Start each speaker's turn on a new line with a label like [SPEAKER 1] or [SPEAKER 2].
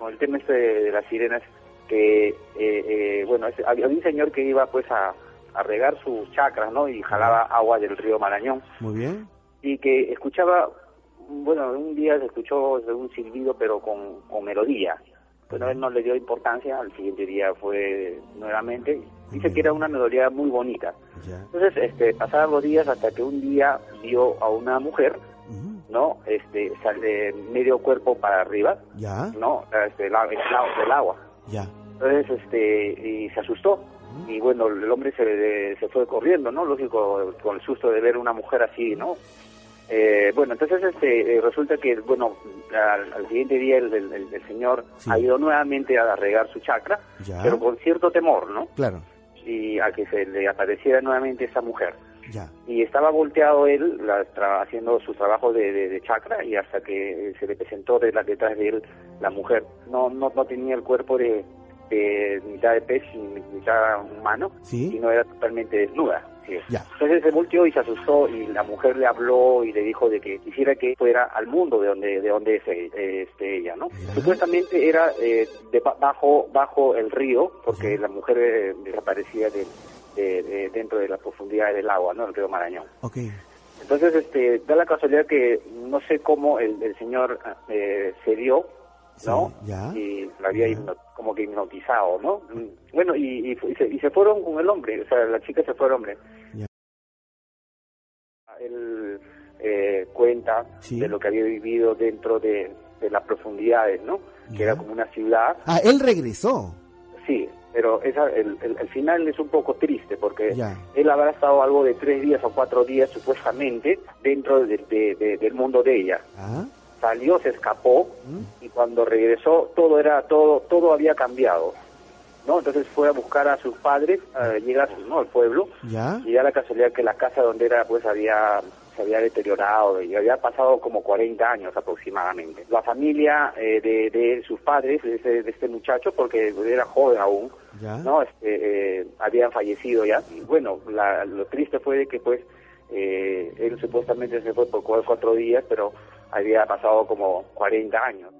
[SPEAKER 1] no, el tema este de, de las sirenas, que, eh, eh, bueno, es- había, había un señor que iba pues a, a regar sus chacras, ¿no? Y jalaba agua del río Marañón.
[SPEAKER 2] Muy bien.
[SPEAKER 1] Y que escuchaba, bueno, un día se escuchó un silbido, pero con, con melodía. Bueno, él no le dio importancia, al siguiente día fue nuevamente. Dice que era una melodía muy bonita.
[SPEAKER 2] Ya.
[SPEAKER 1] Entonces, este, pasaban los días hasta que un día vio a una mujer,
[SPEAKER 2] Ujú.
[SPEAKER 1] ¿no? Este, sal- de medio cuerpo para arriba,
[SPEAKER 2] Ya.
[SPEAKER 1] ¿no? Este, la- el lado del agua.
[SPEAKER 2] Ya.
[SPEAKER 1] Entonces, este, y se asustó. Y bueno, el hombre se, se fue corriendo, ¿no? Lógico, con el susto de ver una mujer así, ¿no? Eh, bueno, entonces este, eh, resulta que, bueno, al, al siguiente día el, el- el- el señor
[SPEAKER 2] Sí. Ah.
[SPEAKER 1] ha ido nuevamente a regar su chakra,
[SPEAKER 2] Ya.
[SPEAKER 1] pero con cierto temor, ¿no?
[SPEAKER 2] Claro.
[SPEAKER 1] Y a que se le apareciera nuevamente esa mujer
[SPEAKER 2] Ya.
[SPEAKER 1] y estaba volteado él la- tra- haciendo su trabajo de, de- de chakra y hasta que se le presentó de la- detrás de él la mujer. No no, no tenía el cuerpo de, de mitad de pez y mitad humano,
[SPEAKER 2] Sí.
[SPEAKER 1] sino era totalmente desnuda. sí.
[SPEAKER 2] Ya.
[SPEAKER 1] Entonces se volteó y se asustó y la mujer le habló y le dijo de que quisiera que fuera al mundo de donde de donde es eh, este, ella, ¿no?
[SPEAKER 2] Ya.
[SPEAKER 1] Supuestamente era eh, de ba- bajo bajo el río porque
[SPEAKER 2] Ya.
[SPEAKER 1] la mujer eh, desaparecía del- de- de- dentro de la profundidad del agua, ¿no? El río Marañón.
[SPEAKER 2] Ok.
[SPEAKER 1] Entonces, este, da la casualidad que no sé cómo el, el señor eh, se dio, ¿no?
[SPEAKER 2] Sí, ya.
[SPEAKER 1] Y la había
[SPEAKER 2] Ya.
[SPEAKER 1] hipno- como que hipnotizado, ¿no? Mm, Bueno, y, y fu- y se, y se fueron con el hombre, o sea, la chica se fue al hombre.
[SPEAKER 2] Ya.
[SPEAKER 1] Él eh, cuenta
[SPEAKER 2] Sí.
[SPEAKER 1] de lo que había vivido dentro de, de las profundidades, ¿no? Que
[SPEAKER 2] Ya.
[SPEAKER 1] era como una ciudad,
[SPEAKER 2] Ah, él regresó.
[SPEAKER 1] sí, pero esa, el, el- el final es un poco triste porque
[SPEAKER 2] Ya.
[SPEAKER 1] él habrá estado algo de tres días o cuatro días supuestamente dentro de- de- de- del mundo de ella.
[SPEAKER 2] Ah. ¿Mm?
[SPEAKER 1] Salió, se escapó y cuando regresó todo era todo todo había cambiado, ¿no? Entonces fue a buscar a sus padres, eh, llega a su- ¿no? al pueblo
[SPEAKER 2] Ya.
[SPEAKER 1] y da la casualidad que la casa donde era pues había se había deteriorado y había pasado como 40 años aproximadamente. La familia eh, de, de sus padres, de este, de este muchacho, porque era joven aún,
[SPEAKER 2] Ya.
[SPEAKER 1] no, este, eh, habían fallecido ya. Y bueno, la- lo triste fue de que pues eh, él supuestamente se fue por cuatro, cuatro días, pero había pasado como 40 años.